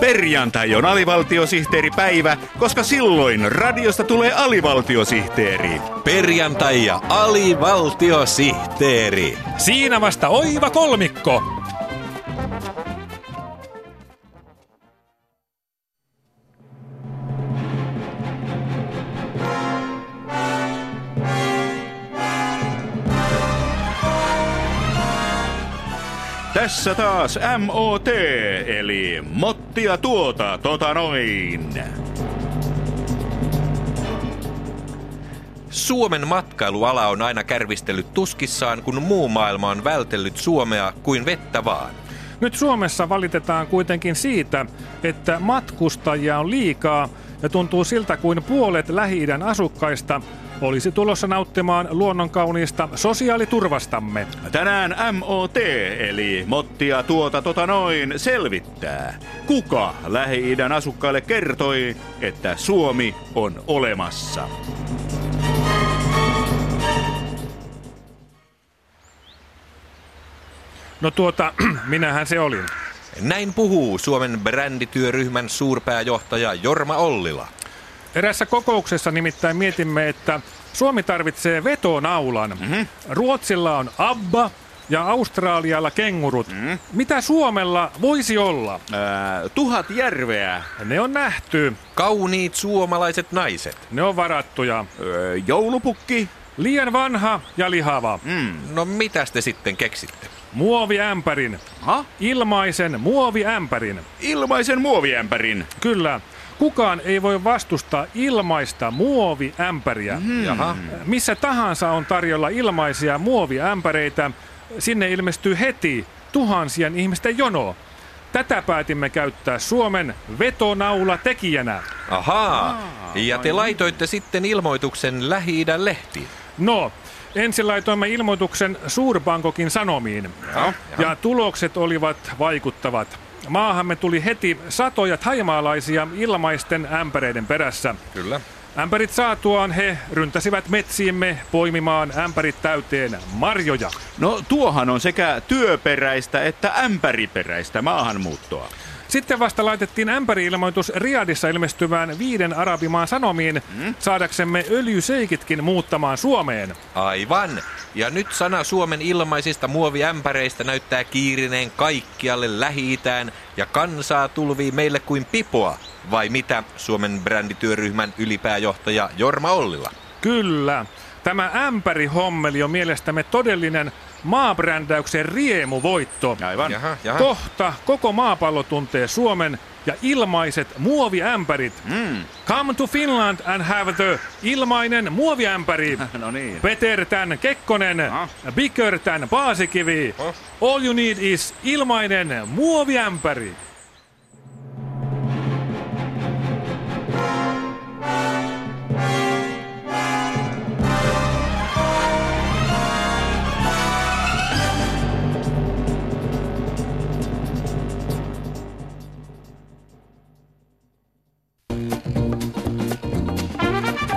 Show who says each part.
Speaker 1: Perjantai on alivaltiosihteeripäivä, koska silloin radiosta tulee alivaltiosihteeri.
Speaker 2: Perjantai ja alivaltiosihteeri.
Speaker 3: Siinä vasta oiva kolmikko.
Speaker 1: Tässä taas MOT, eli mottia tuota tota noin.
Speaker 2: Suomen matkailuala on aina kärvistellyt tuskissaan, kun muu maailma on vältellyt Suomea kuin vettä vaan.
Speaker 3: Nyt Suomessa valitetaan kuitenkin siitä, että matkustajia on liikaa ja tuntuu siltä kuin puolet Lähi-idän asukkaista olisi tulossa nauttimaan luonnonkauniista sosiaaliturvastamme.
Speaker 1: Tänään MOT, eli mottia tuota tota noin, selvittää, kuka Lähi-idän asukkaille kertoi, että Suomi on olemassa.
Speaker 3: No tuota, minähän se olin.
Speaker 2: Näin puhuu Suomen brändityöryhmän suurpääjohtaja Jorma Ollila.
Speaker 3: Erässä kokouksessa nimittäin mietimme, että Suomi tarvitsee vetonaulan. Mm-hmm. Ruotsilla on ABBA ja Australialla kengurut. Mm-hmm. Mitä Suomella voisi olla?
Speaker 1: Ää, Äh, tuhat järveä, äh,
Speaker 3: Ne on nähty,
Speaker 2: Kauniit suomalaiset naiset.
Speaker 3: ne on varattuja.
Speaker 1: öö, joulupukki,
Speaker 3: Liian vanha ja lihava.
Speaker 2: No mitäs te sitten keksitte?
Speaker 3: Muoviämpärin.
Speaker 1: ha?
Speaker 3: Ilmaisen muoviämpärin.
Speaker 1: ilmaisen muoviämpärin.
Speaker 3: Kyllä. Kukaan ei voi vastustaa ilmaista muoviämpäriä. Mm.
Speaker 2: Jaha.
Speaker 3: Missä tahansa on tarjolla ilmaisia muoviämpäreitä, sinne ilmestyy heti tuhansien ihmisten jono. Tätä päätimme käyttää Suomen vetonaula tekijänä.
Speaker 2: Ahaa. Ja te laitoitte sitten ilmoituksen lähi lehtiin.
Speaker 3: No, ensin laitoimme ilmoituksen Suurbankokin Sanomiin.
Speaker 1: Jaha.
Speaker 3: Ja tulokset olivat vaikuttavat. Maahamme tuli heti satoja taimaalaisia ilmaisten ämpäreiden perässä.
Speaker 2: Kyllä.
Speaker 3: Ämpärit saatuaan he ryntäsivät metsiimme poimimaan ämpärit täyteen marjoja.
Speaker 1: No tuohan on sekä työperäistä että ämpäriperäistä maahanmuuttoa.
Speaker 3: Sitten vasta laitettiin ämpäriilmoitus Riadissa ilmestyvään viiden arabimaan sanomiin saadaksemme öljyseikitkin muuttamaan Suomeen.
Speaker 2: Aivan. Ja nyt sana Suomen ilmaisista muoviämpäreistä näyttää kiirineen kaikkialle lähi ja kansaa tulvii meille kuin pipoa. Vai mitä Suomen brändityöryhmän ylipääjohtaja Jorma Ollila?
Speaker 3: Kyllä, tämä ämpärihommeli on mielestämme todellinen maabrändäyksen riemuvoitto.
Speaker 1: Aivan.
Speaker 2: Jaha,
Speaker 3: Kohta koko maapallo tuntee Suomen ja ilmaiset muoviämpärit.
Speaker 1: Mm.
Speaker 3: Come to Finland and have the ilmainen muoviämpäri.
Speaker 1: No niin.
Speaker 3: Peter tän Kekkonen,
Speaker 1: Ah.
Speaker 3: Biker tän Paasikivi. All you need is ilmainen muoviämpäri.